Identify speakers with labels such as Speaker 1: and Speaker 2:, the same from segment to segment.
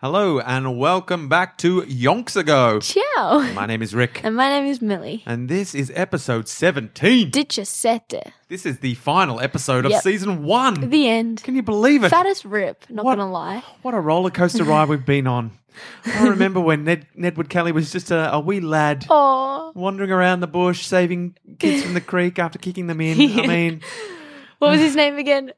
Speaker 1: Hello and welcome back to Yonks Ago.
Speaker 2: Ciao.
Speaker 1: My name is Rick,
Speaker 2: And my name is Millie.
Speaker 1: and this is episode 17.
Speaker 2: Ditchasette.
Speaker 1: This is the final episode of
Speaker 2: Yep.
Speaker 1: season one.
Speaker 2: The end.
Speaker 1: Can you believe it?
Speaker 2: Fattest rip, not
Speaker 1: What?
Speaker 2: gonna lie.
Speaker 1: What a roller coaster ride we've been on. I remember when Ned Nedward Kelly was just a, a wee lad
Speaker 2: Oh,
Speaker 1: wandering around the bush, saving kids from the creek after kicking them in. I
Speaker 2: Yeah.
Speaker 1: mean,
Speaker 2: what was his name again?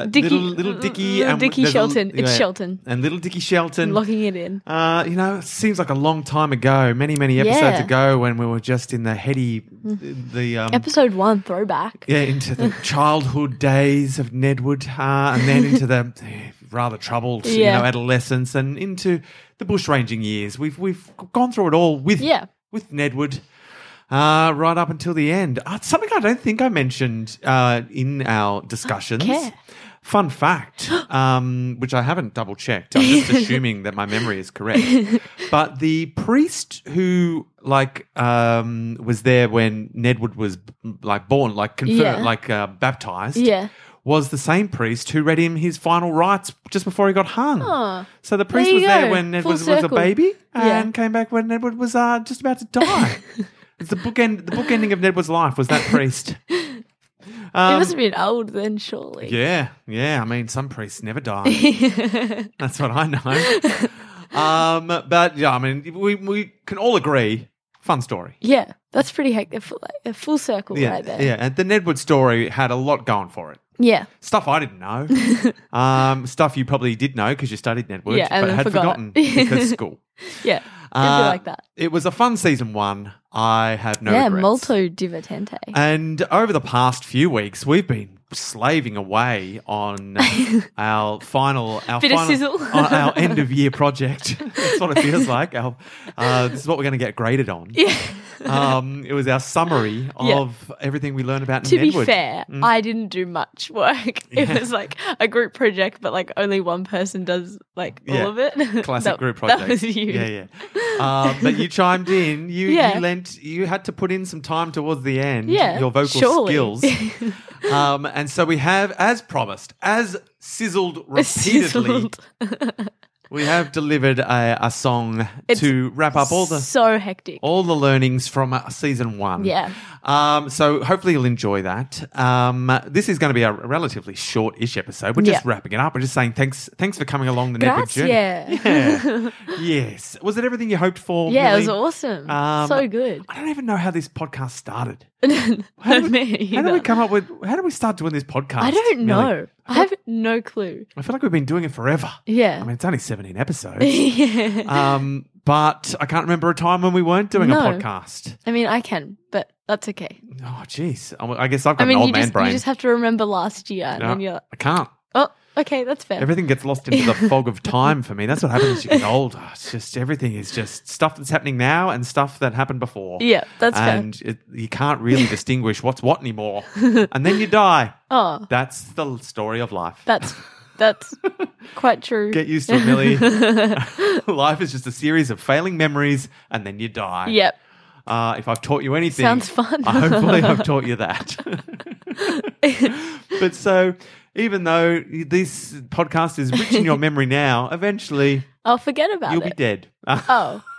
Speaker 1: uh,
Speaker 2: Dickie-
Speaker 1: little little Dickie
Speaker 2: Little
Speaker 1: and w-
Speaker 2: Dickie
Speaker 1: there's a l-
Speaker 2: Shelton. It's Shelton.
Speaker 1: and little Dickie Shelton.
Speaker 2: Locking it in.
Speaker 1: Uh, you know, it seems like a long time ago, many, many episodes
Speaker 2: Yeah.
Speaker 1: ago, when we were just in the heady, the um,
Speaker 2: Episode one throwback.
Speaker 1: yeah, into the childhood days of Nedwood, uh, and then into the eh, rather troubled, you
Speaker 2: Yeah.
Speaker 1: know, adolescence, and into the bushranging years. We've we've gone through it all with
Speaker 2: Yeah.
Speaker 1: with Nedwood. Uh, right up until the end. Uh, something I don't think I mentioned uh, in our discussions.
Speaker 2: Okay.
Speaker 1: Fun fact, um, which I haven't double checked. I'm just assuming that my memory is correct. But the priest who, like, um, was there when Nedwood was like born, like confirmed,
Speaker 2: Yeah.
Speaker 1: like uh, baptized,
Speaker 2: Yeah.
Speaker 1: was the same priest who read him his final rites just before he got hung.
Speaker 2: Oh.
Speaker 1: So the priest
Speaker 2: you
Speaker 1: was there
Speaker 2: go.
Speaker 1: when Ned
Speaker 2: Full
Speaker 1: was, was a
Speaker 2: circle.
Speaker 1: baby
Speaker 2: Yeah.
Speaker 1: and came back when Edward was uh, just about to die. it's the book end, the book ending of Nedward's life was that priest.
Speaker 2: he
Speaker 1: Um,
Speaker 2: must have been old then, surely.
Speaker 1: yeah, yeah. I mean, some priests never die. That's what I know. Um, but yeah, I mean, we we can all agree, fun story.
Speaker 2: Yeah, That's pretty hectic. Full, a full circle
Speaker 1: Yeah,
Speaker 2: right there.
Speaker 1: yeah. And the Nedwood story had a lot going for it.
Speaker 2: Yeah.
Speaker 1: Stuff I didn't know. um, stuff you probably did know because you studied Nedwood,
Speaker 2: Yeah, and
Speaker 1: but
Speaker 2: then
Speaker 1: had
Speaker 2: forgot.
Speaker 1: forgotten because school.
Speaker 2: Yeah. It'd
Speaker 1: Uh,
Speaker 2: be like that.
Speaker 1: It was a fun season one. I have no
Speaker 2: yeah,
Speaker 1: regrets.
Speaker 2: molto divertente.
Speaker 1: And over the past few weeks, we've been slaving away on our final, our
Speaker 2: Bit of
Speaker 1: final-
Speaker 2: sizzle.
Speaker 1: on our end of year project. That's what it feels like. Our, uh, this is what we're going to get graded on.
Speaker 2: yeah.
Speaker 1: Um, it was our summary
Speaker 2: Yeah.
Speaker 1: of everything we learned about.
Speaker 2: to
Speaker 1: Nedwood.
Speaker 2: be fair,
Speaker 1: Mm.
Speaker 2: I didn't do much work. It was like a group project, but like only one person does like all
Speaker 1: Yeah.
Speaker 2: of it.
Speaker 1: classic
Speaker 2: That-
Speaker 1: group project.
Speaker 2: That was you.
Speaker 1: Yeah, yeah. Uh, but you chimed in. You,
Speaker 2: Yeah.
Speaker 1: you lent. You had to put in some time towards the end.
Speaker 2: Yeah,
Speaker 1: your vocal
Speaker 2: surely.
Speaker 1: skills. um, and so we have, as promised, as sizzled repeatedly,
Speaker 2: Sizzled.
Speaker 1: we have delivered a, a song
Speaker 2: It's
Speaker 1: to wrap up all the
Speaker 2: so hectic.
Speaker 1: all the learnings from uh, season one.
Speaker 2: Yeah.
Speaker 1: Um, so hopefully you'll enjoy that. Um, this is going to be a relatively short-ish episode. We're just
Speaker 2: Yeah.
Speaker 1: wrapping it up. We're just saying thanks, thanks for coming along the Nedwood journey.
Speaker 2: Grazie.
Speaker 1: Yeah. yes. Was it everything you hoped for?
Speaker 2: Yeah, it
Speaker 1: Millie?
Speaker 2: was awesome.
Speaker 1: Um,
Speaker 2: so good.
Speaker 1: I don't even know how this podcast started.
Speaker 2: How
Speaker 1: did How did we come up with? How did we start doing this podcast?
Speaker 2: I don't
Speaker 1: Millie?
Speaker 2: know. I have no clue.
Speaker 1: I feel like we've been doing it forever.
Speaker 2: Yeah.
Speaker 1: I mean, it's only seventeen episodes.
Speaker 2: yeah.
Speaker 1: um, but I can't remember a time when we weren't doing
Speaker 2: No.
Speaker 1: a podcast.
Speaker 2: I mean, I can, but that's okay.
Speaker 1: Oh, jeez. I I guess I've got
Speaker 2: I mean,
Speaker 1: an old
Speaker 2: you
Speaker 1: man
Speaker 2: just,
Speaker 1: brain.
Speaker 2: you just have to remember last year and
Speaker 1: No,
Speaker 2: then you're like,
Speaker 1: I can't.
Speaker 2: oh, okay, that's fair.
Speaker 1: Everything gets lost into the fog of time for me. That's what happens as you get older. It's just everything is just stuff that's happening now and stuff that happened before.
Speaker 2: yeah, that's fair.
Speaker 1: and it, you can't really distinguish what's what anymore. and then you die.
Speaker 2: Oh,
Speaker 1: That's the story of life.
Speaker 2: That's that's quite true.
Speaker 1: Get used to it, Millie. life is just a series of failing memories, and then you die.
Speaker 2: Yep.
Speaker 1: Uh, if I've taught you anything,
Speaker 2: Sounds fun.
Speaker 1: I- hopefully, I've taught you that. but so, even though this podcast is rich in your memory now, eventually
Speaker 2: I'll forget about
Speaker 1: you'll be
Speaker 2: it.
Speaker 1: dead.
Speaker 2: oh,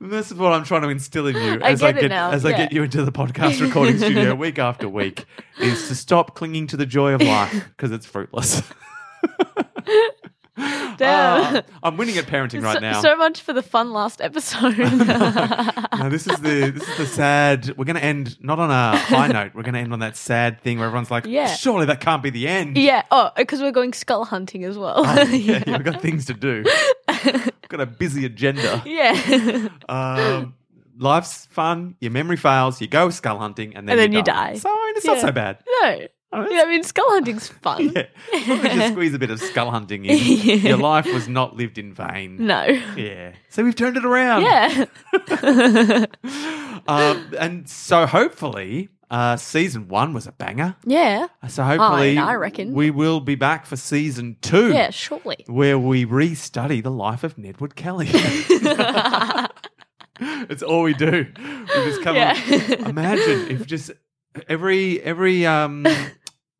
Speaker 1: This is what I'm trying to instill in you
Speaker 2: I
Speaker 1: as
Speaker 2: get
Speaker 1: I
Speaker 2: it
Speaker 1: get
Speaker 2: now,
Speaker 1: as I
Speaker 2: yeah.
Speaker 1: get you into the podcast recording studio week after week is to stop clinging to the joy of life because it's fruitless.
Speaker 2: damn.
Speaker 1: Ah, I'm winning at parenting right
Speaker 2: so,
Speaker 1: now.
Speaker 2: so much for the fun last episode.
Speaker 1: No, this is the this is the sad. We're going to end not on a high note. We're going to end on that sad thing where everyone's like,
Speaker 2: Yeah.
Speaker 1: surely that can't be the end.
Speaker 2: yeah. Oh, because we're going skull hunting as well.
Speaker 1: Oh, yeah, yeah, we've got things to do. We've got a busy agenda.
Speaker 2: yeah.
Speaker 1: Um, life's fun. Your memory fails. You go skull hunting, and then,
Speaker 2: And then you die.
Speaker 1: So I mean, it's not
Speaker 2: Yeah.
Speaker 1: so bad.
Speaker 2: no.
Speaker 1: I mean,
Speaker 2: Yeah, I mean, skull hunting's fun.
Speaker 1: Yeah. As long as you squeeze a bit of skull hunting in, your life was not lived in vain.
Speaker 2: No.
Speaker 1: Yeah. So we've turned it around.
Speaker 2: Yeah.
Speaker 1: Um, and so hopefully, uh, season one was a banger.
Speaker 2: Yeah.
Speaker 1: So hopefully,
Speaker 2: I reckon.
Speaker 1: we will be back for season two.
Speaker 2: Yeah. Surely.
Speaker 1: Where we restudy the life of Nedwood Kelly. it's all we do. We just come.
Speaker 2: Yeah.
Speaker 1: Imagine if just every every um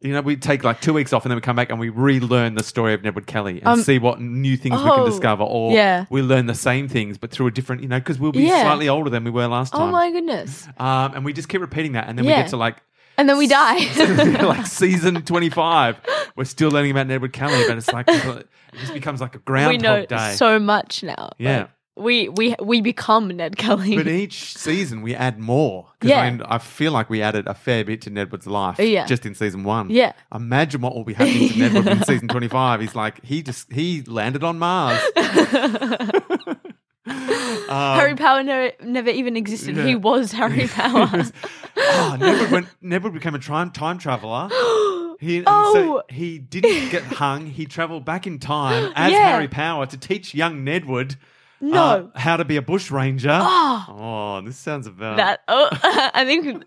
Speaker 1: You know, we take like two weeks off and then we come back and we relearn the story of Nedward Kelly and
Speaker 2: Um,
Speaker 1: see what new things we
Speaker 2: oh,
Speaker 1: can discover, or
Speaker 2: yeah.
Speaker 1: we learn the same things but through a different, you know, because we'll be
Speaker 2: Yeah.
Speaker 1: slightly older than we were last
Speaker 2: Oh
Speaker 1: time.
Speaker 2: my goodness.
Speaker 1: um, and we just keep repeating that, and then we
Speaker 2: Yeah.
Speaker 1: get to like
Speaker 2: And then we die.
Speaker 1: like season twenty five. We're still learning about Nedward Kelly, but it's like it just becomes like a groundhog
Speaker 2: we know
Speaker 1: day.
Speaker 2: so much now.
Speaker 1: yeah.
Speaker 2: Like, we we we become Ned Kelly.
Speaker 1: But each season we add more. 'Cause
Speaker 2: Yeah.
Speaker 1: I, mean, I feel like we added a fair bit to Nedward's life
Speaker 2: Yeah.
Speaker 1: just in season one.
Speaker 2: Yeah.
Speaker 1: Imagine what will be happening to Nedward in season 25. He's like, he just, he landed on Mars. Um,
Speaker 2: Harry Power never, never even existed.
Speaker 1: yeah.
Speaker 2: He was Harry Power.
Speaker 1: oh, Nedward, went, Nedward became a time, time traveler. He, and
Speaker 2: Oh.
Speaker 1: so he didn't get hung. He traveled back in time as
Speaker 2: Yeah.
Speaker 1: Harry Power to teach young Nedward uh,
Speaker 2: No.
Speaker 1: how to be a bushranger.
Speaker 2: Ah.
Speaker 1: Oh, this sounds about.
Speaker 2: that oh, I think.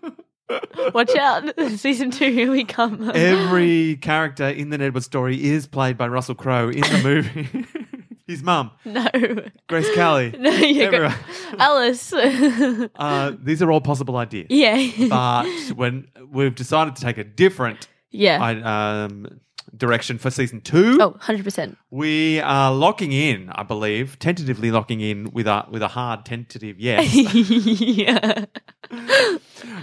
Speaker 2: Watch out, season two. Here we come.
Speaker 1: Every character in the Nedward story is played by Russell Crowe in the movie. His mum,
Speaker 2: no,
Speaker 1: Grace Kelly.
Speaker 2: no, you go,
Speaker 1: everyone.
Speaker 2: Alice.
Speaker 1: Uh, these are all possible ideas. Uh,
Speaker 2: yeah,
Speaker 1: But when we've decided to take a different
Speaker 2: yeah.
Speaker 1: I- um, direction for season two,
Speaker 2: oh, 100 percent.
Speaker 1: we are locking in, I believe, tentatively locking in with a with a hard tentative yes.
Speaker 2: yeah.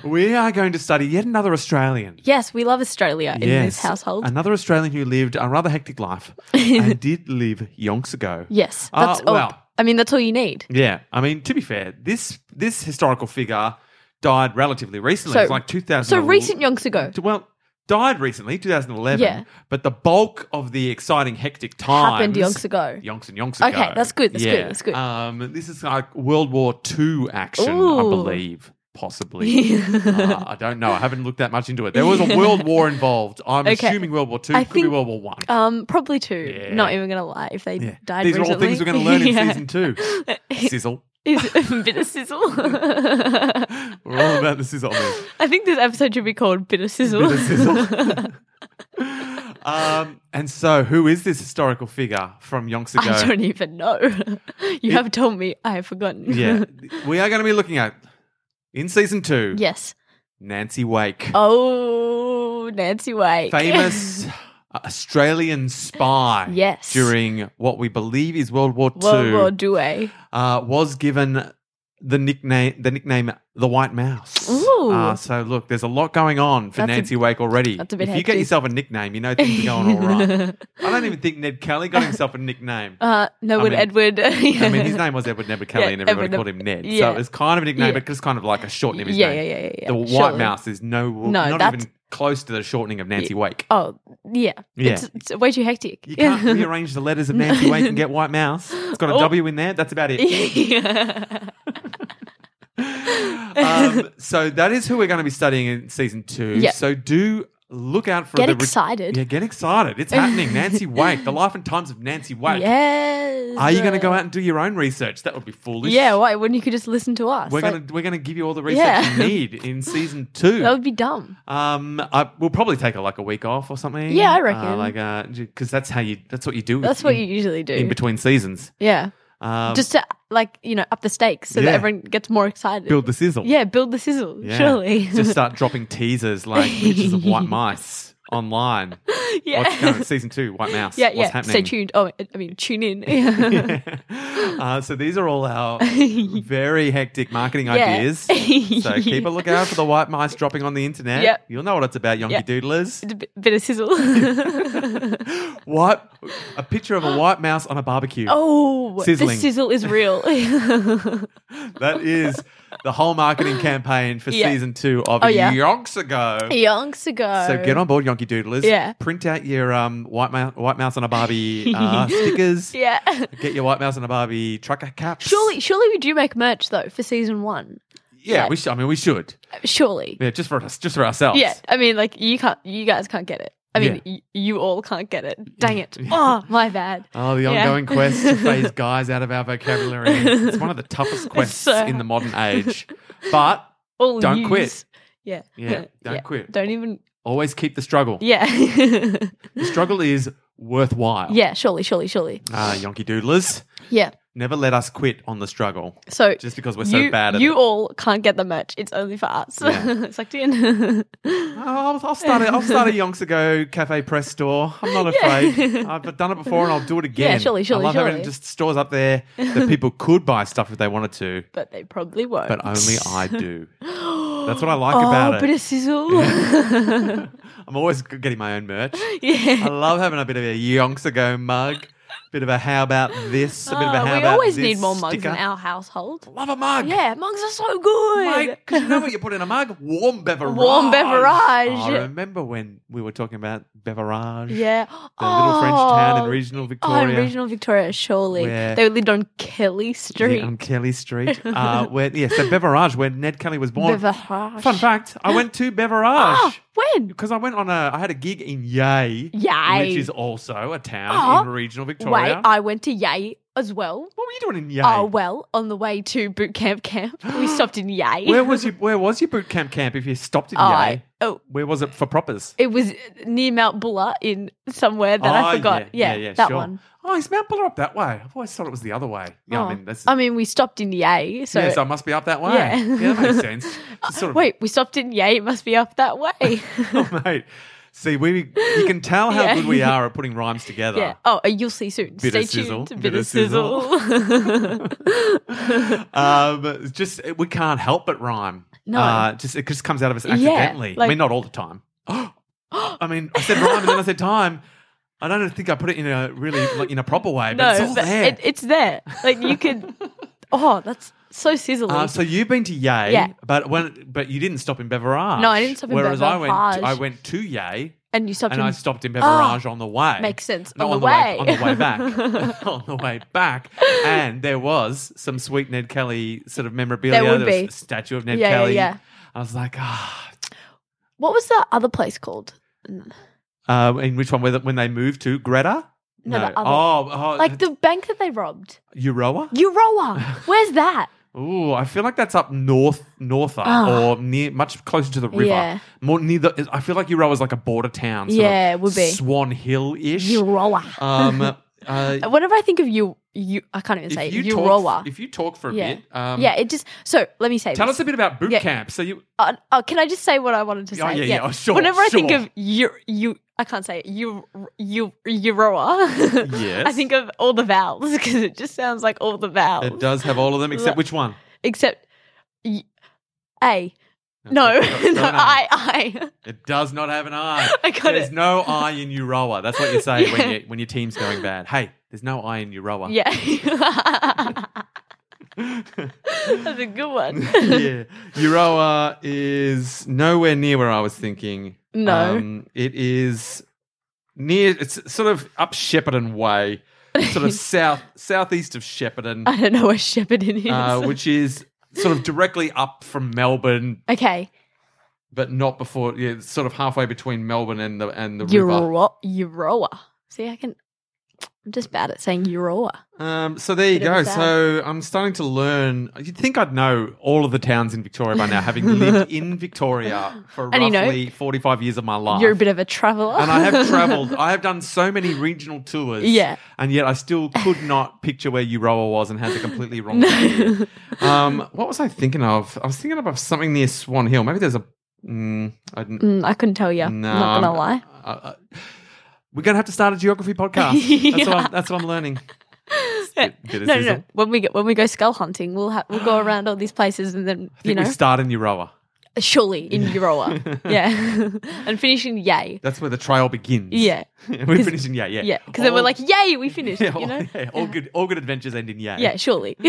Speaker 1: we are going to study yet another Australian.
Speaker 2: Yes, we love Australia in this household.
Speaker 1: Another Australian who lived a rather hectic life and did live yonks ago.
Speaker 2: yes,
Speaker 1: Ah,
Speaker 2: that's all.
Speaker 1: well.
Speaker 2: I mean, that's all you need.
Speaker 1: Yeah, I mean, to be fair, this this historical figure died relatively recently.
Speaker 2: So-
Speaker 1: it's like 2000.
Speaker 2: So recent yonks ago.
Speaker 1: Well, died recently, 2011.
Speaker 2: Yeah.
Speaker 1: But the bulk of the exciting, hectic times
Speaker 2: Happened yonks ago.
Speaker 1: Yonks and yonks ago.
Speaker 2: Okay, that's good, that's good, that's good.
Speaker 1: Um, this is like World War II action, I
Speaker 2: Ooh.
Speaker 1: believe, possibly. Uh, I don't know. I haven't looked that much into it. There was a world war involved. I'm
Speaker 2: Okay.
Speaker 1: assuming World War II
Speaker 2: I
Speaker 1: could be
Speaker 2: think-
Speaker 1: World War One.
Speaker 2: Um, probably two.
Speaker 1: Yeah.
Speaker 2: Not even gonna lie, if they
Speaker 1: Yeah.
Speaker 2: died
Speaker 1: These
Speaker 2: recently.
Speaker 1: are all things we're going to learn in
Speaker 2: Yeah.
Speaker 1: season two. Sizzle.
Speaker 2: Is a bit of sizzle. I
Speaker 1: We're all about the sizzle. man.
Speaker 2: think this episode should be called Bit of Sizzle.
Speaker 1: Bit of sizzle. Um, and so, who is this historical figure from yonks ago?
Speaker 2: I don't even know. You have told me. I have forgotten.
Speaker 1: yeah, we are going to be looking at in season two.
Speaker 2: yes.
Speaker 1: Nancy Wake,
Speaker 2: Oh, Nancy Wake.
Speaker 1: famous Australian spy.
Speaker 2: Yes.
Speaker 1: during what we believe is World War
Speaker 2: World
Speaker 1: Two,
Speaker 2: War eh? Duet.
Speaker 1: uh, was given the nickname the nickname the White Mouse.
Speaker 2: Ooh.
Speaker 1: Uh, so look, there's a lot going on for
Speaker 2: That's a-
Speaker 1: Nancy Wake already.
Speaker 2: that's a bit
Speaker 1: if you get
Speaker 2: hectic.
Speaker 1: yourself a nickname, you know things are going all right. I don't even think Ned Kelly got himself a nickname.
Speaker 2: Uh, no,
Speaker 1: I
Speaker 2: would
Speaker 1: mean-
Speaker 2: Edward.
Speaker 1: I mean, his name was Edward Nebber Kelly,
Speaker 2: Yeah,
Speaker 1: and everybody
Speaker 2: Edward
Speaker 1: called him
Speaker 2: Neb-
Speaker 1: Ned. So
Speaker 2: yeah.
Speaker 1: it was kind of a nickname,
Speaker 2: Yeah.
Speaker 1: but just kind of like a shortening of his
Speaker 2: yeah, yeah,
Speaker 1: name.
Speaker 2: yeah, yeah, yeah.
Speaker 1: The White
Speaker 2: surely.
Speaker 1: Mouse is no,
Speaker 2: No,
Speaker 1: not
Speaker 2: that's-
Speaker 1: even close to the shortening of Nancy Wake.
Speaker 2: Oh, yeah.
Speaker 1: Yeah.
Speaker 2: It's, it's way too hectic.
Speaker 1: You can't rearrange the letters of Nancy Wake and get White Mouse. It's got a W
Speaker 2: Oh.
Speaker 1: in there. That's about it.
Speaker 2: yeah.
Speaker 1: Um, so that is who we're going to be studying in season two.
Speaker 2: Yeah.
Speaker 1: So do look out for
Speaker 2: Get
Speaker 1: the. re-
Speaker 2: excited.
Speaker 1: yeah, get excited. It's happening. Nancy Wake, the life and times of Nancy Wake.
Speaker 2: Yes.
Speaker 1: Are you going to go out and do your own research? That would be foolish.
Speaker 2: Yeah, why? Wouldn't you could just listen to us?
Speaker 1: We're
Speaker 2: Like,
Speaker 1: gonna we're gonna give you all the research
Speaker 2: Yeah.
Speaker 1: you need in season two.
Speaker 2: That would be dumb.
Speaker 1: Um, I, we'll probably take a, like a week off or something.
Speaker 2: Yeah, I
Speaker 1: Uh,
Speaker 2: reckon.
Speaker 1: like, uh, because that's how you. That's what you do.
Speaker 2: That's what
Speaker 1: in,
Speaker 2: you usually do.
Speaker 1: in between seasons.
Speaker 2: yeah.
Speaker 1: Um,
Speaker 2: just to like you know up the stakes so
Speaker 1: Yeah.
Speaker 2: that everyone gets more excited.
Speaker 1: build the sizzle.
Speaker 2: yeah, build the sizzle.
Speaker 1: Yeah.
Speaker 2: Surely.
Speaker 1: Just start dropping teasers like pictures of white mice online.
Speaker 2: yeah.
Speaker 1: What's going on? Oh, Season two, white mouse.
Speaker 2: yeah,
Speaker 1: What's
Speaker 2: yeah.
Speaker 1: happening?
Speaker 2: Stay tuned. Oh, I- I mean, tune in. Yeah.
Speaker 1: uh, so these are all our very hectic marketing ideas. So keep a lookout for the white mice dropping on the internet.
Speaker 2: Yep.
Speaker 1: You'll know what it's about, Yonky
Speaker 2: Yep.
Speaker 1: Doodlers.
Speaker 2: It's a bit, bit of sizzle.
Speaker 1: What? A picture of a white mouse on a barbecue.
Speaker 2: oh, the
Speaker 1: Sizzling.
Speaker 2: sizzle is real.
Speaker 1: That is the whole marketing campaign for
Speaker 2: Yeah.
Speaker 1: season two of
Speaker 2: Oh, yeah.
Speaker 1: Yonks Ago.
Speaker 2: Yonks ago.
Speaker 1: So get on board, Yonky Doodlers.
Speaker 2: Yeah.
Speaker 1: Print out your um, white, mou- white mouse on a Barbie uh, stickers.
Speaker 2: Yeah.
Speaker 1: Get your white mouse on a Barbie trucker caps.
Speaker 2: Surely, surely we do make merch though for season one.
Speaker 1: Yeah,
Speaker 2: yeah.
Speaker 1: we should. I mean, we should.
Speaker 2: Surely.
Speaker 1: Yeah, just for us, just for ourselves.
Speaker 2: Yeah, I mean, like you can't, you guys can't get it. I mean,
Speaker 1: Yeah.
Speaker 2: y- you all can't get it. Dang it! Oh, my bad.
Speaker 1: Oh, the
Speaker 2: Yeah.
Speaker 1: ongoing quest to phase guys out of our vocabulary. It's one of the toughest quests
Speaker 2: so-
Speaker 1: in the modern age. But
Speaker 2: All
Speaker 1: Don't quit.
Speaker 2: use. Yeah.
Speaker 1: yeah, don't quit.
Speaker 2: Don't even.
Speaker 1: Always keep the struggle.
Speaker 2: Yeah.
Speaker 1: The struggle is worthwhile.
Speaker 2: yeah. Surely. Surely. Surely.
Speaker 1: Uh, Yonky Doodlers.
Speaker 2: Yeah.
Speaker 1: Never let us quit on the struggle
Speaker 2: So
Speaker 1: just because we're so
Speaker 2: you,
Speaker 1: bad at
Speaker 2: you
Speaker 1: it.
Speaker 2: all can't get the merch. It's only for us.
Speaker 1: Yeah.
Speaker 2: Sucked in.
Speaker 1: I'll, I'll start a, I'll start a Yonks Ago cafe press store. I'm not
Speaker 2: Yeah.
Speaker 1: afraid. I've done it before and I'll do it again.
Speaker 2: surely, surely,
Speaker 1: I love having
Speaker 2: surely.
Speaker 1: just stores up there that people could buy stuff if they wanted to,
Speaker 2: but they probably won't.
Speaker 1: but only I do. That's what I like
Speaker 2: oh,
Speaker 1: about
Speaker 2: bit
Speaker 1: it.
Speaker 2: of sizzle. Yeah.
Speaker 1: I'm always g- getting my own merch. I love having a bit of a Yonks Ago mug, bit of a how about this, a bit of a
Speaker 2: Ah,
Speaker 1: how
Speaker 2: we
Speaker 1: about
Speaker 2: always
Speaker 1: this
Speaker 2: need more mugs
Speaker 1: sticker.
Speaker 2: in our household.
Speaker 1: Love a mug.
Speaker 2: Yeah, mugs are so good.
Speaker 1: Mate, because you know what you put in a mug? Warm beverage.
Speaker 2: Warm beverage.
Speaker 1: I remember when we were talking about beverage.
Speaker 2: Yeah.
Speaker 1: The little French town in
Speaker 2: Oh,
Speaker 1: regional
Speaker 2: Oh, in
Speaker 1: Victoria.
Speaker 2: regional Victoria, surely.
Speaker 1: Where-
Speaker 2: They lived on Kelly
Speaker 1: Yeah,
Speaker 2: Street.
Speaker 1: on Kelly Street. Uh, where, yes, the Beverage, where Ned Kelly was born.
Speaker 2: Beverage.
Speaker 1: Fun fact, I went to
Speaker 2: Ah,
Speaker 1: Beverage.
Speaker 2: when?
Speaker 1: Because I went on a, I had a gig in Yay,
Speaker 2: Yay.
Speaker 1: which is also a town
Speaker 2: Oh,
Speaker 1: in regional Victoria.
Speaker 2: Wait, I went to Yay as well.
Speaker 1: what were you doing in Yay?
Speaker 2: Oh, well, on the way to boot camp camp, we stopped in Yay.
Speaker 1: where was you? Where was your boot camp camp? If you stopped in
Speaker 2: Oh,
Speaker 1: Yay,
Speaker 2: I- oh,
Speaker 1: where was it for propers?
Speaker 2: it was near Mount Buller in somewhere that
Speaker 1: Oh,
Speaker 2: I forgot. Yeah, that one.
Speaker 1: Oh, is Mount Buller up that way? I've always thought it was the other way. Yeah,
Speaker 2: Oh.
Speaker 1: I mean, that's,
Speaker 2: I mean, we stopped in Yay, so.
Speaker 1: yeah, so it must be up that way.
Speaker 2: Yeah.
Speaker 1: that makes sense. It's sort of-
Speaker 2: Wait, we stopped in Yay. It must be up that way.
Speaker 1: Oh, mate. See, we you can tell how
Speaker 2: Yeah.
Speaker 1: good we are at putting rhymes together.
Speaker 2: yeah. Oh, uh, you'll see soon.
Speaker 1: Bit
Speaker 2: Stay
Speaker 1: of Ah. sizzle,
Speaker 2: tuned.
Speaker 1: bit of Um, it's just we can't help but rhyme.
Speaker 2: No.
Speaker 1: uh, just it just comes out of us
Speaker 2: Yeah,
Speaker 1: accidentally. I
Speaker 2: like-
Speaker 1: mean, not all the time. I mean, I said rhyme and then I said time. I don't think I put it in a really like, in a proper way, but it's
Speaker 2: no,
Speaker 1: all
Speaker 2: but
Speaker 1: there.
Speaker 2: it, it's there. Like you could. oh, that's so sizzling.
Speaker 1: Uh, so you've been to Yay,
Speaker 2: Yeah.
Speaker 1: but when but you didn't stop in Beverage.
Speaker 2: No, I didn't stop in
Speaker 1: Whereas I went
Speaker 2: Beverage.
Speaker 1: I went to Yay
Speaker 2: and you stopped.
Speaker 1: and
Speaker 2: in, Ah,
Speaker 1: I stopped in Beverage on the way.
Speaker 2: makes sense.
Speaker 1: No,
Speaker 2: on, the
Speaker 1: on the way back, on the way back, and there was some sweet Ned Kelly sort of memorabilia.
Speaker 2: There would
Speaker 1: was
Speaker 2: be.
Speaker 1: a statue of Ned
Speaker 2: Yeah, yeah,
Speaker 1: Kelly.
Speaker 2: yeah.
Speaker 1: I was like, ah.
Speaker 2: what was the other place called?
Speaker 1: Uh, in which one? Whether- When they moved to Greta?
Speaker 2: No, the other-
Speaker 1: Oh, oh,
Speaker 2: Like the bank that they robbed.
Speaker 1: Euroa.
Speaker 2: Euroa. Where's that?
Speaker 1: Ooh, I feel like that's up north, norther,
Speaker 2: Ah.
Speaker 1: or near, much closer to the river.
Speaker 2: Yeah.
Speaker 1: More near the. I feel like Euroa is like a border town. Sort
Speaker 2: Yeah,
Speaker 1: of
Speaker 2: it would be.
Speaker 1: Swan Hill ish.
Speaker 2: Euroa.
Speaker 1: Um, uh,
Speaker 2: Whenever I think of you, you I can't even say
Speaker 1: if
Speaker 2: it.
Speaker 1: you
Speaker 2: Euroa.
Speaker 1: talk, if you talk for a
Speaker 2: Yeah.
Speaker 1: bit, um,
Speaker 2: yeah, it just. So let me say
Speaker 1: Tell
Speaker 2: this.
Speaker 1: us a bit about boot
Speaker 2: Yeah.
Speaker 1: camp. So you,
Speaker 2: Uh, oh, can I just say what I wanted to say?
Speaker 1: Oh, yeah, yeah, oh, sure,
Speaker 2: Whenever I think
Speaker 1: sure.
Speaker 2: of you, you, I can't say it. You, you, Euroa.
Speaker 1: Yes.
Speaker 2: I think of all the vowels because it just sounds like all the vowels.
Speaker 1: it does have all of them except which one?
Speaker 2: Except y- A. No, no,
Speaker 1: it's got an eye.
Speaker 2: I,
Speaker 1: It does not have an eye.
Speaker 2: I got
Speaker 1: there's
Speaker 2: it.
Speaker 1: no eye in Euroa. That's what you say when
Speaker 2: Yeah.
Speaker 1: you, when your team's going bad. Hey, there's no eye in
Speaker 2: I.
Speaker 1: Euroa.
Speaker 2: Yeah.
Speaker 1: Yeah.
Speaker 2: That's a good one.
Speaker 1: yeah. Euroa is nowhere near where I was thinking.
Speaker 2: No.
Speaker 1: Um, it is near it's sort of up Shepparton way. Sort of south southeast of Shepparton.
Speaker 2: I don't know where Shepparton is.
Speaker 1: Uh, which is sort of directly up from Melbourne,
Speaker 2: okay.
Speaker 1: but not before. Yeah, it's sort of halfway between Melbourne and the and the river.
Speaker 2: Euro- Euroa. See, I can. I'm just bad at saying Euroa.
Speaker 1: Um, so there you
Speaker 2: Bit of
Speaker 1: go.
Speaker 2: a
Speaker 1: So I'm starting to learn. You'd think I'd know all of the towns in Victoria by now, having lived in Victoria for
Speaker 2: And you know-
Speaker 1: roughly 45 years of my life.
Speaker 2: You're a bit of a traveler.
Speaker 1: and I have travelled. I have done so many regional tours.
Speaker 2: Yeah.
Speaker 1: And yet I still could not picture where Euroa was and had the completely wrong idea. Um, what was I thinking of? I was thinking of something near Swan Hill. Maybe there's a. Mm, I didn't,
Speaker 2: Mm, I couldn't tell you. I'm
Speaker 1: No,
Speaker 2: not gonna lie.
Speaker 1: I'm- I- I- we're gonna have to start a geography podcast. That's, what,
Speaker 2: Yeah.
Speaker 1: I'm, that's what I'm learning.
Speaker 2: No,
Speaker 1: bit of
Speaker 2: no,
Speaker 1: sizzle.
Speaker 2: no. When we go, when we go skull hunting, we'll ha- we'll go around all these places and then
Speaker 1: I
Speaker 2: you
Speaker 1: think
Speaker 2: know
Speaker 1: we start in Euroa.
Speaker 2: surely in Euroa, yeah, and finishing yay,
Speaker 1: That's where the trail begins.
Speaker 2: yeah,
Speaker 1: we're finishing. Yeah, yeah,
Speaker 2: yeah, because then we're
Speaker 1: All-
Speaker 2: like yay, we finished,
Speaker 1: yeah,
Speaker 2: you know,
Speaker 1: all, yeah, all good, all good adventures end in yeah.
Speaker 2: yeah, surely.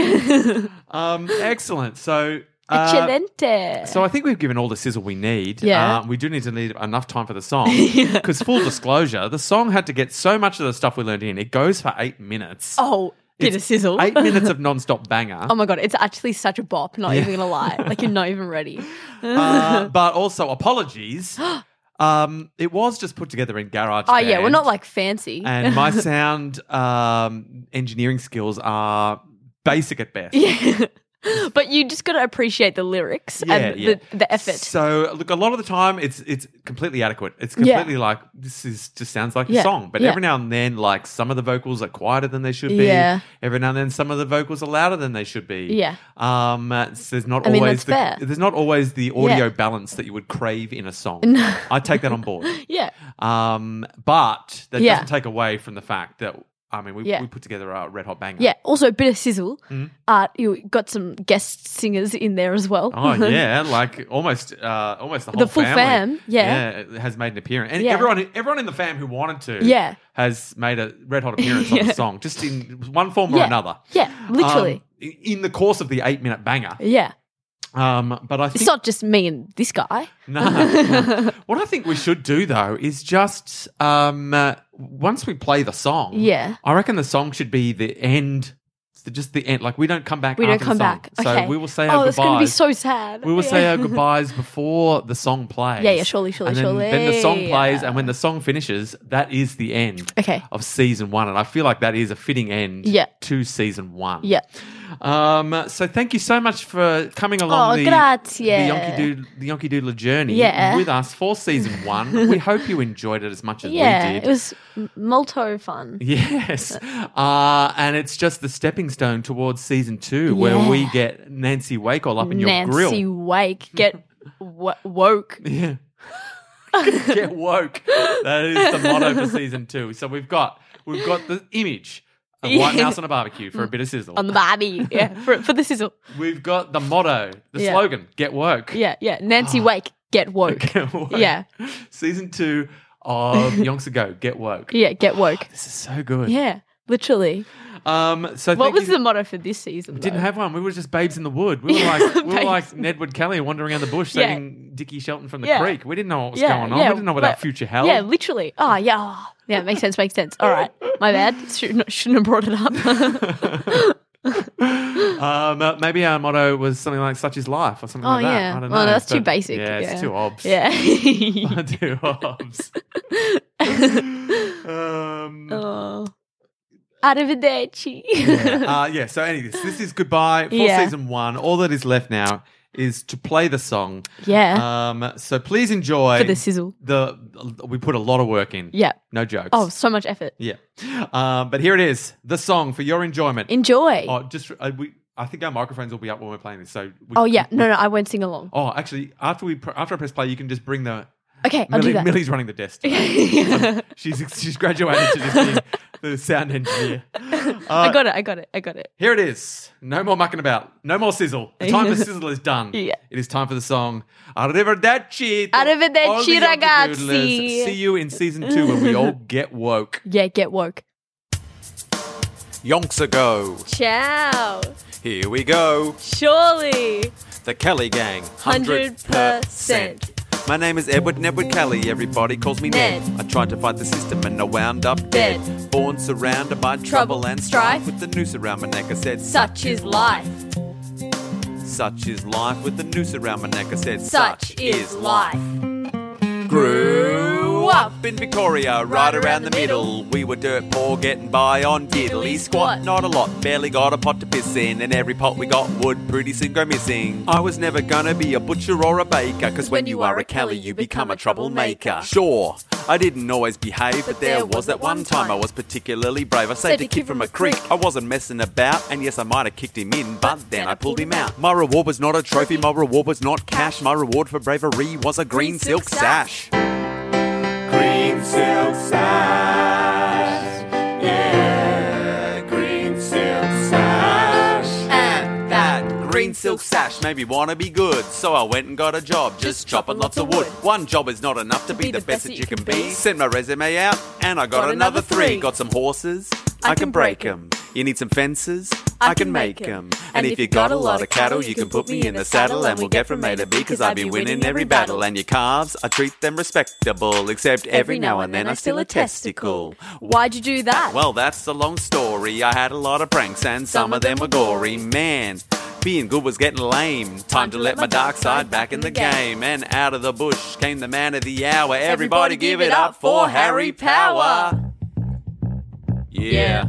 Speaker 1: Um, excellent. So. Uh,
Speaker 2: Excelente.
Speaker 1: so I think we've given all the sizzle we need.
Speaker 2: Yeah.
Speaker 1: Uh, we do need to need enough time for the song. Because full disclosure, the song had to get so much of the stuff we learned in. It goes for eight minutes.
Speaker 2: oh, bit of
Speaker 1: It's
Speaker 2: sizzle.
Speaker 1: Eight minutes of non-stop banger.
Speaker 2: oh my god, it's actually such a bop. Not even gonna lie, like you're not even ready.
Speaker 1: Uh, but also apologies. Um, it was just put together in garage.
Speaker 2: Oh yeah, we're not like fancy.
Speaker 1: And my sound um, engineering skills are basic at best.
Speaker 2: yeah. But you just got to appreciate the lyrics
Speaker 1: Yeah,
Speaker 2: and
Speaker 1: yeah.
Speaker 2: The, the effort.
Speaker 1: So look, a lot of the time it's it's completely adequate. It's
Speaker 2: Yeah.
Speaker 1: completely like this is just sounds like
Speaker 2: Yeah,
Speaker 1: a song. But
Speaker 2: yeah.
Speaker 1: every now and then, like some of the vocals are quieter than they should be.
Speaker 2: Yeah.
Speaker 1: Every now and then, some of the vocals are louder than they should be.
Speaker 2: Yeah.
Speaker 1: Um. uh, so there's not
Speaker 2: I mean,
Speaker 1: always
Speaker 2: that's
Speaker 1: the,
Speaker 2: fair.
Speaker 1: there's not always the audio
Speaker 2: Yeah.
Speaker 1: balance that you would crave in a song.
Speaker 2: No.
Speaker 1: I take that on board.
Speaker 2: yeah.
Speaker 1: Um. But that
Speaker 2: Yeah.
Speaker 1: doesn't take away from the fact that I mean we,
Speaker 2: Yeah.
Speaker 1: we put together a red hot banger.
Speaker 2: Yeah. Also, a bit of sizzle.
Speaker 1: Mhm.
Speaker 2: Uh, you got some guest singers in there as well.
Speaker 1: Oh yeah, like almost, uh, almost the whole
Speaker 2: Mm-hmm. The full
Speaker 1: family,
Speaker 2: fam, yeah.
Speaker 1: yeah, has made an appearance, and
Speaker 2: Yeah.
Speaker 1: everyone, everyone in the fam who wanted to,
Speaker 2: Yeah.
Speaker 1: has made a red hot appearance on
Speaker 2: Yeah.
Speaker 1: the song, just in one form or
Speaker 2: Yeah.
Speaker 1: another.
Speaker 2: Yeah. Literally.
Speaker 1: Um, in- in the course of the eight minute banger.
Speaker 2: yeah.
Speaker 1: Um, but I
Speaker 2: It's
Speaker 1: think
Speaker 2: not just me and this guy.
Speaker 1: no. what I think we should do though is just um, uh, once we play the song,
Speaker 2: Yeah.
Speaker 1: I reckon the song should be the end. so Just the end, like we don't come back.
Speaker 2: We don't
Speaker 1: after the
Speaker 2: come
Speaker 1: song.
Speaker 2: back. okay.
Speaker 1: So we will say
Speaker 2: oh,
Speaker 1: our
Speaker 2: it's going to be
Speaker 1: goodbyes.
Speaker 2: so sad.
Speaker 1: We will say
Speaker 2: Yeah.
Speaker 1: our goodbyes before the song plays.
Speaker 2: Yeah, yeah, surely, surely,
Speaker 1: and then,
Speaker 2: surely.
Speaker 1: Then the song plays, and when the song finishes, that is the end
Speaker 2: Okay.
Speaker 1: of season one. And I feel like that is a fitting end
Speaker 2: Yeah.
Speaker 1: to season one.
Speaker 2: Yeah.
Speaker 1: Um, so thank you so much for coming along
Speaker 2: Oh,
Speaker 1: the,
Speaker 2: grazie.
Speaker 1: the Yonky Doodle the Yonky Doodler journey
Speaker 2: Yeah.
Speaker 1: with us for season one. we hope you enjoyed it as much as
Speaker 2: Yeah.
Speaker 1: we did.
Speaker 2: It was m- molto fun.
Speaker 1: Yes. Uh, and it's just the stepping stone towards season two, where
Speaker 2: Yeah.
Speaker 1: we get Nancy Wakehall up in your
Speaker 2: Nancy
Speaker 1: grill.
Speaker 2: Wake. Get w- woke.
Speaker 1: Yeah. Get woke. That is the motto for season two. So we've got we've got the image of White
Speaker 2: Yeah.
Speaker 1: Mouse on a barbecue for a bit of sizzle.
Speaker 2: On the Barbie, yeah, for, for the sizzle,
Speaker 1: we've got the motto, the
Speaker 2: Yeah.
Speaker 1: slogan, get woke.
Speaker 2: yeah, yeah. Nancy
Speaker 1: Ah.
Speaker 2: Wake, get woke,
Speaker 1: Get woke.
Speaker 2: yeah,
Speaker 1: Season two of Yonks Ago, get woke.
Speaker 2: yeah, get woke,
Speaker 1: This is so good.
Speaker 2: yeah, literally.
Speaker 1: Um so
Speaker 2: What
Speaker 1: thank
Speaker 2: was
Speaker 1: you-
Speaker 2: the motto for this season? Though?
Speaker 1: didn't have one. We were just babes in the wood. We were
Speaker 2: Yeah,
Speaker 1: like we were
Speaker 2: babes.
Speaker 1: like Nedward Kelly wandering around the bush
Speaker 2: Yeah.
Speaker 1: saving Dickie Shelton from the
Speaker 2: Yeah.
Speaker 1: creek. We didn't know what was going on.
Speaker 2: yeah,
Speaker 1: we didn't know what our
Speaker 2: but-
Speaker 1: future held.
Speaker 2: Yeah, literally. Oh, yeah, oh, yeah. Makes sense. Makes sense. All right, my bad. Shouldn't, shouldn't have brought it up.
Speaker 1: um, uh, maybe our motto was something like "Such is life" or something
Speaker 2: Oh,
Speaker 1: like that.
Speaker 2: yeah.
Speaker 1: I don't know.
Speaker 2: Well, that's too
Speaker 1: But,
Speaker 2: basic,
Speaker 1: Yeah, it's
Speaker 2: yeah.
Speaker 1: too obs.
Speaker 2: yeah.
Speaker 1: too obs. um,
Speaker 2: oh. Arrivederci.
Speaker 1: yeah. Uh, yeah. So, anyways, this is goodbye for
Speaker 2: Yeah.
Speaker 1: season one. All that is left now is to play the song.
Speaker 2: yeah.
Speaker 1: Um, so please enjoy
Speaker 2: Uh. for the sizzle.
Speaker 1: the- We put a lot of work in.
Speaker 2: Yeah.
Speaker 1: No jokes.
Speaker 2: Oh, so much effort.
Speaker 1: Yeah. Um, but here it is, the song for your enjoyment.
Speaker 2: Enjoy.
Speaker 1: oh, just uh, we. I think our microphones will be up when we're playing this. So. We,
Speaker 2: oh yeah. No, no. I won't sing along.
Speaker 1: Oh, actually, after we pr- after I press play, you can just bring the
Speaker 2: Okay, I'll
Speaker 1: Millie,
Speaker 2: do that.
Speaker 1: Millie's running the desk. today. she's she's graduated to just being the sound engineer.
Speaker 2: I
Speaker 1: Uh,
Speaker 2: got it. I got it. I got it.
Speaker 1: here it is. No more mucking about. No more sizzle. The time for sizzle is done.
Speaker 2: Yeah.
Speaker 1: It is time for the song Arrivederci. to
Speaker 2: Arrivederci,
Speaker 1: all the Yonky
Speaker 2: ragazzi.
Speaker 1: Doodlers. See you in season two when we all get woke.
Speaker 2: Yeah. Get woke.
Speaker 3: Yonks ago,
Speaker 2: Ciao.
Speaker 3: here we go,
Speaker 2: Surely.
Speaker 3: the Kelly gang,
Speaker 2: 100%.
Speaker 3: My name is Edward Nedward Kelly, everybody calls me Ned.
Speaker 2: Ned.
Speaker 3: I tried to fight the system and I wound up dead. Born surrounded by trouble,
Speaker 2: Trouble,
Speaker 3: and
Speaker 2: strife.
Speaker 3: strife, with the noose around my neck. I said,
Speaker 2: Such is life.
Speaker 3: Such is life, with the noose around my neck. I said,
Speaker 2: Such is life.
Speaker 3: Grew
Speaker 2: up.
Speaker 3: up in Victoria, right around the middle. We were dirt poor, getting by on diddly squat. Not a lot, barely got a pot to piss in, and every pot we got would pretty soon go missing. I was never gonna be a butcher or a baker, cause when you are a Kelly, you become a troublemaker. Sure, I didn't always behave, but there was that one time I was particularly brave. I saved a kid from a creek, I wasn't messing about, and yes, I might have kicked him in, but then I pulled him out. My reward was not a trophy, my reward was not cash, my reward for bravery was a green silk sash. Green silk sash. Yeah, green silk sash. And that green silk sash made me want to be good. So I went and got a job, just, chopping lots of wood. One job is not enough to be, the best that you can be. Sent my resume out, and I got, another three. Got some horses, I, can break 'em. You need some fences, I, can make 'em. And, if you got a lot of cattle, you can put me in the saddle, and we'll get from A to B, cause I've been winning every battle. And your calves, I treat them respectable, except every now and then I steal a testicle.
Speaker 2: Why'd you do that?
Speaker 3: Well, that's a long story. I had a lot of pranks, and some of them were gory. Man, being good was getting lame. Time to let my dark side back in the game. And out of the bush came the man of the hour. Everybody give it up for Harry Power. Yeah.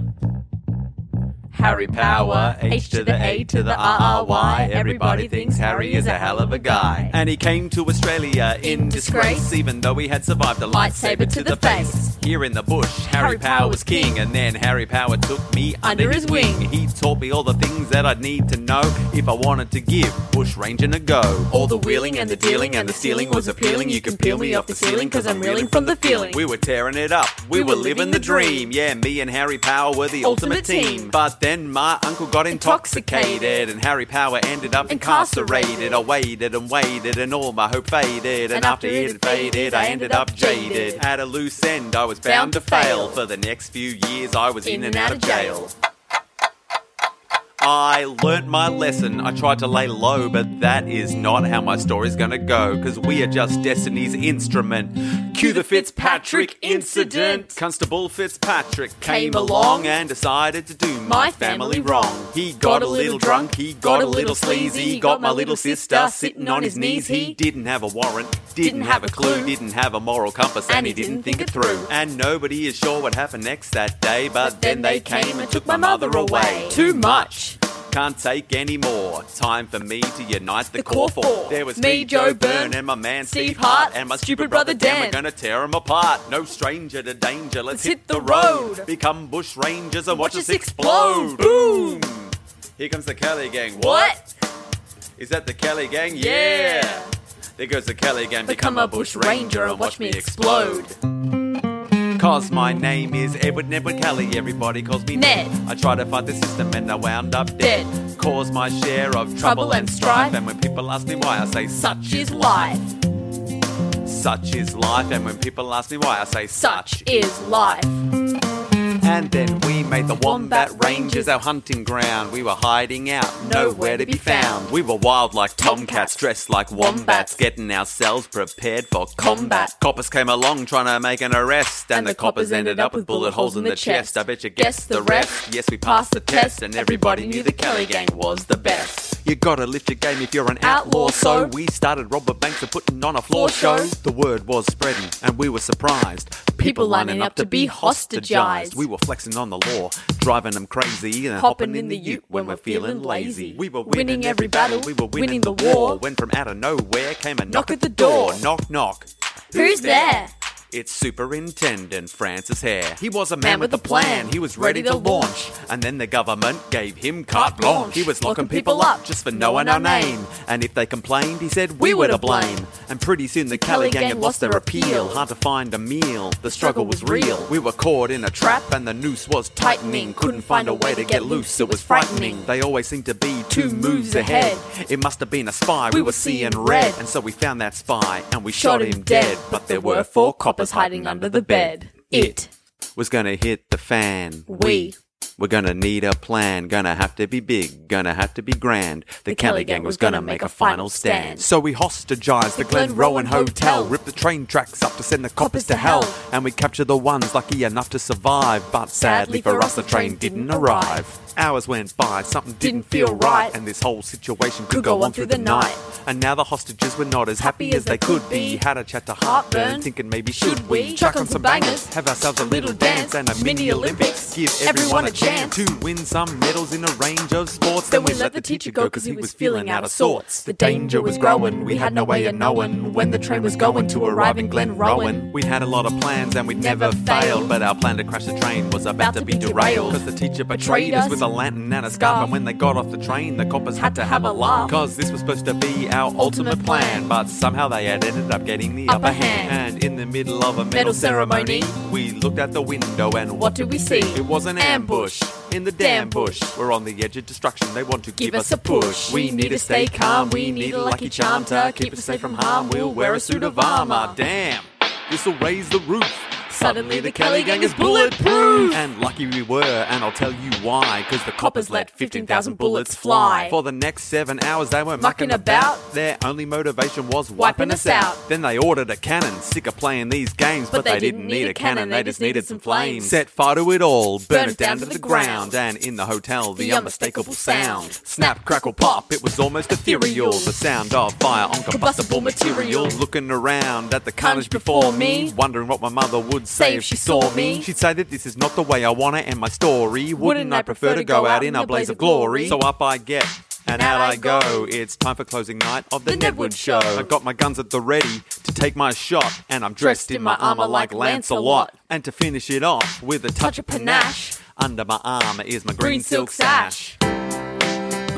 Speaker 1: Harry Power, H to the A to the R R Y. Everybody thinks Harry is a hell of a guy. And he came to Australia in disgrace, even though he had survived a lightsaber to the face. Here in the bush, Harry Power was king, and then Harry Power took me under his wing. He taught me all the things that I'd need to know if I wanted to give bush ranging a go. All the wheeling and the dealing and the stealing was appealing. You can peel me off the ceiling, cause I'm reeling from the feeling. We were tearing it up, we were living the dream. Yeah, me and Harry Power were the ultimate team. But then my uncle got intoxicated, and Harry Power ended up incarcerated. I waited and waited, and all my hope faded. And after it had faded, I ended up jaded. At a loose end, I was bound to fail. For the next few years, I was in and out of jail. I learnt my lesson. I tried to lay low, but that is not how my story's gonna go, because we are just destiny's instrument. Cue the Fitzpatrick incident. Constable Fitzpatrick came along and decided to do my family wrong. He got a little drunk, he got a little sleazy, got my little sister sitting on his knees. He didn't have a warrant, didn't have a clue, didn't have a moral compass, and he didn't think it through. And nobody is sure what happened next that day, but then they came and took my mother away. Too much. Can't take any more. Time for me to unite the, core four. There was me, Joe Byrne, and my man Steve Hart, and my stupid brother Dan. We're gonna tear them apart. No stranger to danger. Let's, hit the road. Become bush rangers and watch, us explode. Boom! Here comes the Kelly gang. What? Is that the Kelly gang? Yeah. There goes the Kelly gang. Become, a bush ranger and watch me explode. Cause my name is Edward Nedward Kelly, everybody calls me Ned. I tried to fight the system and I wound up dead. Cause my share of trouble and strife, and when people ask me why, I say such is life. Such is life, and when people ask me why, I say such is life. And then we made the Wombat Ranges our hunting ground. We were hiding out, nowhere to be found. We were wild like tomcats, dressed like wombats, getting ourselves prepared for combat. Coppers came along trying to make an arrest, and, the, coppers ended up with bullet holes in the chest. I bet you guessed the rest. Yes, we passed the test, and everybody knew the Kelly gang was the best. You gotta lift your game if you're an outlaw, so we started robber banks and putting on a floor show. The word was spreading, and we were surprised. People lining up to be hostagised. We were flexing on the law, driving them crazy, and hopping in the ute when we're feeling lazy. We were winning every battle, we were winning the war. When from out of nowhere came a knock at the door. Knock, knock.
Speaker 2: Who's there?
Speaker 1: It's Superintendent Francis Hare. He was a man, with a plan. He was ready to launch. And then the government gave him carte blanche. He was locking people up just for knowing our name. And if they complained, he said we were to blame. And pretty soon the Kelly gang had lost their appeal. Hard to find a meal. The struggle was real. We were caught in a trap and the noose was tightening. Couldn't find a way to get loose. It was frightening. They always seemed to be two moves ahead. It must have been a spy. We were seeing red. And so we found that spy and we shot him dead. But there were four cops
Speaker 2: Coppers hiding under the bed. It.
Speaker 1: was gonna hit the fan.
Speaker 2: We.
Speaker 1: We're gonna need a plan. Gonna have to be big. Gonna have to be grand. The, Kelly gang was gonna make a final stand. So we hostage-ized the Glen Rowan Hotel. Ripped the train tracks up to send the coppers to hell. And we captured the ones lucky enough to survive. But sadly for us, the train didn't arrive. Hours went by, something didn't feel right, and this whole situation could go on through the night. And now the hostages were not as happy as they could be. Had a chat to heartburn, thinking maybe should we chuck on some bangers, have ourselves a little dance and a mini Olympics, give everyone a chance to win some medals in a range of sports. Then we let the teacher go because he was feeling out of sorts. The danger was growing, we had no way of knowing when the train was going to arrive in Glen Rowan. We'd had a lot of plans and we'd never failed, but our plan to crash the train was about to be derailed because the teacher betrayed us with a lantern and a scarf. And when they got off the train, the coppers had to have a laugh. Cause this was supposed to be our ultimate plan. But somehow they had ended up getting the upper hand. And in the middle of a medal ceremony, we looked out the window and what
Speaker 2: What do we see?
Speaker 1: it was an ambush in the damn bush. We're on the edge of destruction. They want to give, us a push. We need to stay calm. We need a lucky charm to keep us safe from harm. We'll wear a suit of armor. Damn, this'll raise the roof. Suddenly the Kelly gang is bulletproof. And lucky we were, and I'll tell you why. Cause the coppers let 15,000 bullets fly. For the next seven hours they were mucking
Speaker 2: Mucking
Speaker 1: about.
Speaker 2: about.
Speaker 1: Their only motivation was wiping us out. Then they ordered a cannon, sick of playing these games. But, they didn't need a cannon, they just needed some flames. Set fire to it all, burn it down to the ground. And in the hotel, the unmistakable sound. Snap, crackle, pop, it was almost ethereal. The sound of fire on combustible material. Looking around at the carnage before me, wondering what my mother would would say if she saw me. She'd say that this is not the way I want to end my story. Wouldn't I prefer to go out in a blaze of glory? So up I get. And out I go. It's time for closing night of the,
Speaker 2: The
Speaker 1: Nedwood
Speaker 2: Nedwood
Speaker 1: Show.
Speaker 2: Show.
Speaker 1: I got my guns at the ready to take my shot, and I'm dressed in my armor like Lancelot. And to finish it off with a touch of panache, under my armor is my green silk sash.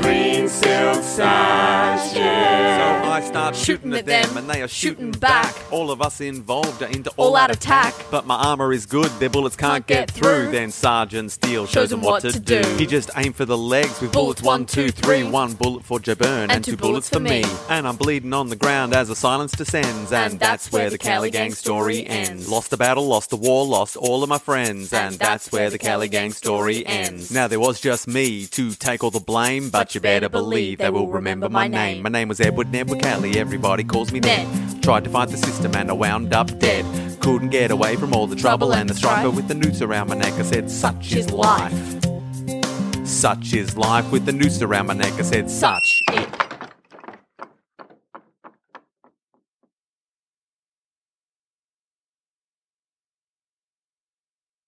Speaker 1: Green silk sash, yeah. So I start shooting at them, and they are shooting back. All of us involved are into all out attack. But my armor is good, their bullets can't get through. Then Sergeant Steele shows them what to do. He just aimed for the legs with bullets one, two, three. One bullet for Jabern, and two bullets for me. And I'm bleeding on the ground as the silence descends. And that's where the Cali Gang story ends. Lost the battle, lost the war, lost all of my friends. And that's where the Cali Gang story ends. Now there was just me to take all the blame, but you better believe they will remember my name. My name was Edward Nedward Cali, everybody calls me Ned. Tried to fight the system and I wound up dead. Couldn't get away from all the trouble and the strife, but with the noose around my neck, I said, such is life. Such is life with the noose around my neck. I said, such